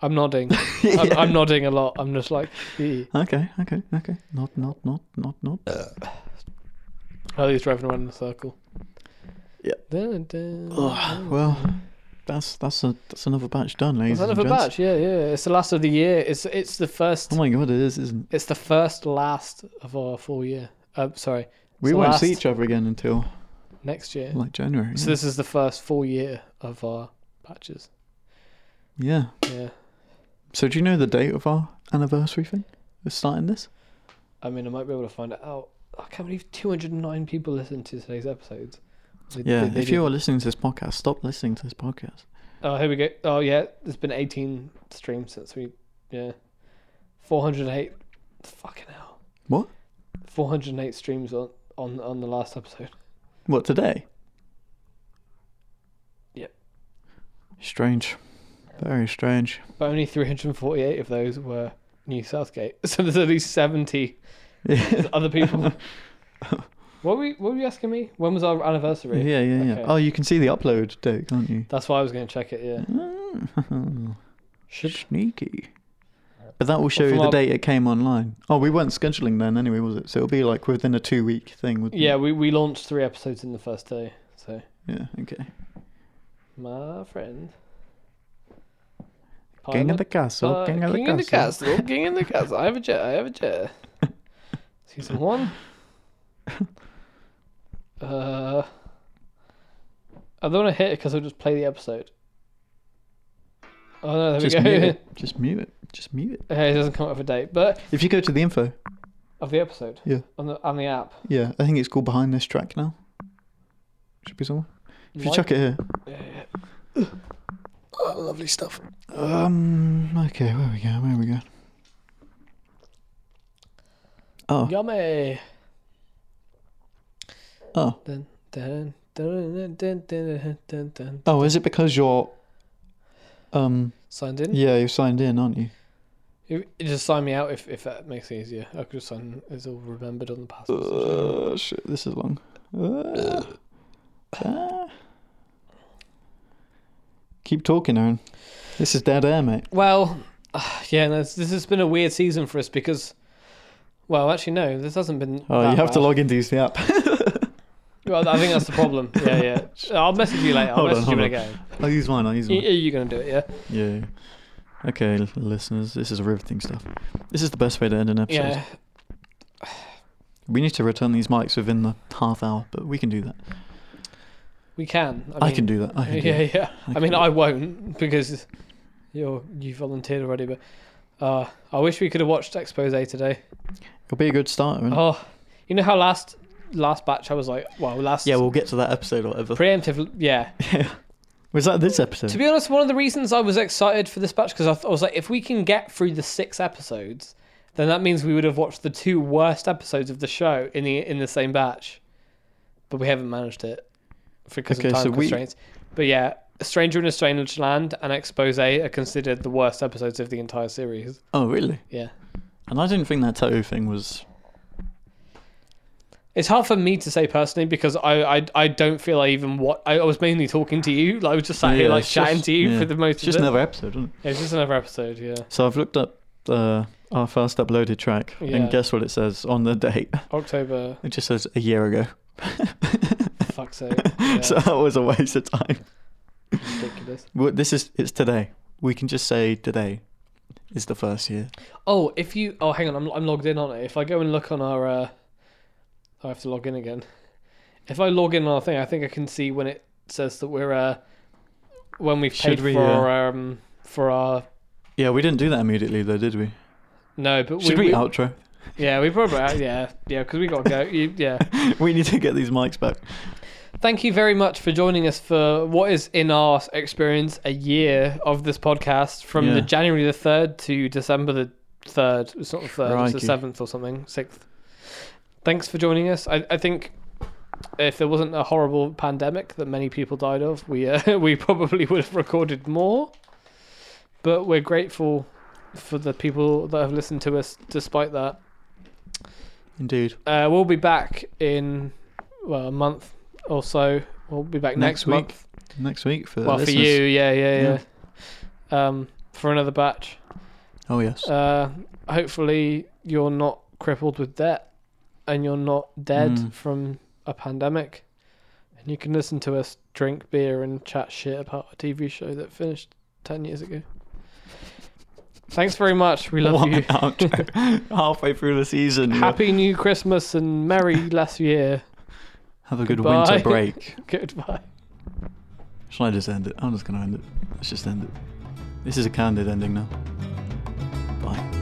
I'm
<laughs>
nodding. I'm, I'm nodding a lot. I'm just like, "Eh."
Okay, okay, okay. Not, not, not, not, not.
oh, he's driving around in a circle.
Yeah.
Dun, dun,
Ugh, well, that's that's a that's another batch done,
Is
ladies
that
and
Mm-hmm. another
gents.
batch? Yeah, yeah. It's the last of the year. It's it's the first.
Oh my god, it is, isn't? it?
It's the first last of our full year. Uh, sorry. It's
We
the
won't
last
see each other again until
next year.
like January.
So
yeah.
this is the first full year of our batches.
yeah.
Yeah.
So do you know the date of our anniversary thing? We're starting this.
I mean, I might be able to find it out. I can't believe 209 people listened to today's episodes. They-
Yeah.
they- they
if
did-
you are listening to this podcast, stop listening to this podcast.
Oh, here we go. Oh, yeah. There's been 18 streams since we. Yeah. 408. Fucking hell.
What?
408 streams on, on, on the last episode.
What today?
Yep.
Strange. Very strange.
But only 348 of those were New Southgate. <laughs> So there's at least 70
Yeah.
other
<laughs>
people. what were you, what were you asking me? When was our anniversary?
Yeah, yeah, yeah.
Okay.
Oh, you can see the upload date, can't you?
That's why I was going to check it. Yeah.
<laughs>
<laughs>
Mm.
Should
Sneaky. But that will show
from
you the
our-
date it came online. Oh, we weren't scheduling then anyway, was it? So it'll be like within a two week thing. Wouldn't
yeah,
It?
we we launched three episodes in the first day. So
Yeah. Okay.
my friend.
King
Pilot,
of the castle.
uh,
king of the
king
castle.
King in the castle. I have a chair. I have a
<laughs>
chair. Season one. Uh, I don't want to hit it because I'll just play the episode. Oh no, there
Just
we go.
mute
<laughs>
it. Just mute it. Just mute it.
okay, it doesn't come up with a date, but
If you go to the info,
of the episode.
Yeah.
On the on the app.
yeah, I think it's called behind this track now. Should be somewhere. If you
Why-
chuck it here.
Yeah. Oh,
lovely stuff. Um. Okay. Where we go? Where we go? Oh.
Yummy.
Oh.
Dun, dun, dun, dun, dun, dun, dun, dun.
Oh. Is it because you're? Um.
Signed in.
Yeah, you're signed in, aren't you?
You, you just sign me out if, if that makes it easier. I could just sign. It's all remembered on the password.
Uh, shit, this is long. Uh, ah. Keep talking, Aaron. This is dead air, mate.
Well, <sighs> uh, yeah. No, this, this has been a weird season for us because, well, actually no, this hasn't been.
Oh,
that
you have to
bad.
log into use the app.
<laughs> Well, I think that's the
<laughs>
problem. Yeah, yeah. I'll message you later. I'll
Hold on,
message you when
hold
I
on.
get home.
<laughs> I'll use mine. I'll use
You-
mine.
You're gonna do it, yeah?
Yeah. Okay, l- listeners, this is riveting stuff. This is the best way to end an episode.
Yeah.
We need to return these mics within the half hour, but we can do that.
We can. I,
I,
mean,
can do that. I can do
yeah,
that.
yeah.
I
I
can
mean,
do
I won't because you you volunteered already. But uh, I wish we could have watched expose today.
It'll be a good start. won't it?
Oh, you know how last last batch I was like, well, last
Yeah, we'll get to that episode or whatever.
preemptive, yeah.
Was that this episode?
To be honest, one of the reasons I was excited for this batch because I, th- I was like, if we can get through the six episodes, then that means we would have watched the two worst episodes of the show in the in the same batch. But we haven't managed it because
Okay,
of time
so we-
constraints. But yeah, Stranger in a Strange Land and Expose are considered the worst episodes of the entire series.
oh, really?
Yeah.
And I didn't think that Toto thing was.
It's hard for me to say personally because I I, I don't feel I even what I, I was mainly talking to you. Like, I was just sat here
Yeah,
like
it's
chatting
just-
to you
yeah.
for the most.
It's just
of it.
another episode, isn't it?
It was just another episode. Yeah.
So I've looked up uh, our first uploaded track,
Yeah.
and guess what it says on the date? <laughs>
October.
It just says a year ago.
Fuck's sake.
<laughs>
Yeah,
So that was a waste of time.
ridiculous.
Well, this is it's today. We can just say today is the first year.
Oh, if you oh hang on, I'm I'm logged in on it. If I go and look on our, uh, I have to log in again. If I log in on our thing, I think I can see when it says that we're uh, when we've
Should
paid
we, uh,
for our, um for our
Yeah, we didn't do that immediately though, did we?
no, but
Should we,
we, we
outro? <laughs>
yeah we probably uh, yeah yeah because we got to go you, yeah.
we need to get these mics back.
Thank you very much for joining us for what is in our experience a year of this podcast from
Yeah.
the January the third to December the third. It's not the third, it's
Crikey.
the seventh or something, sixth. Thanks for joining us. I, I think if there wasn't a horrible pandemic that many people died of, we uh, <laughs> we probably would have recorded more. But we're grateful for the people that have listened to us despite that.
Indeed.
Uh, we'll be back in well a month or so. We'll be back next,
Next week
month.
Next week for
Well, for
listeners.
you, yeah, yeah, yeah. Um, for another batch.
Oh yes.
Uh, hopefully you're not crippled with debt, and you're not dead
Mm.
from a pandemic, and you can listen to us drink beer and chat shit about a TV show that finished ten years ago. Thanks very much. We love
<laughs> What
you.
an
<laughs>
outro. Halfway through the season.
Happy New Christmas and Merry Last Year. <laughs>
Have a good
Goodbye.
winter break.
Goodbye.
Shall I just end it? I'm just gonna end it. Let's just end it. This is a candid ending now. Bye.